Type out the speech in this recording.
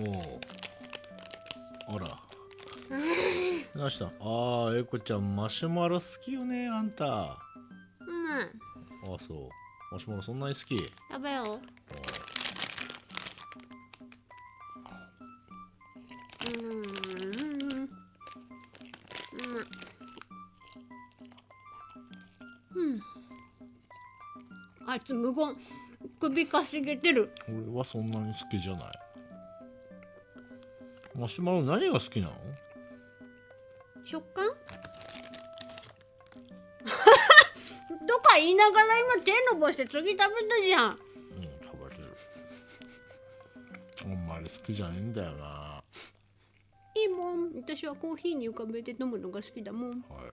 んおうあらどうしたあーえこちゃんマシュマロ好きよねあんたあうんそうマシュマロそんなに好き食べよううーんうんうんあいつ無言首かしげてる俺はそんなに好きじゃないマシュマロ何が好きなの食感 とか言いながら今手伸ばして次食べたじゃんうん食べてるあんまり好きじゃねえんだよないいもん私はコーヒーに浮かべて飲むのが好きだもんはい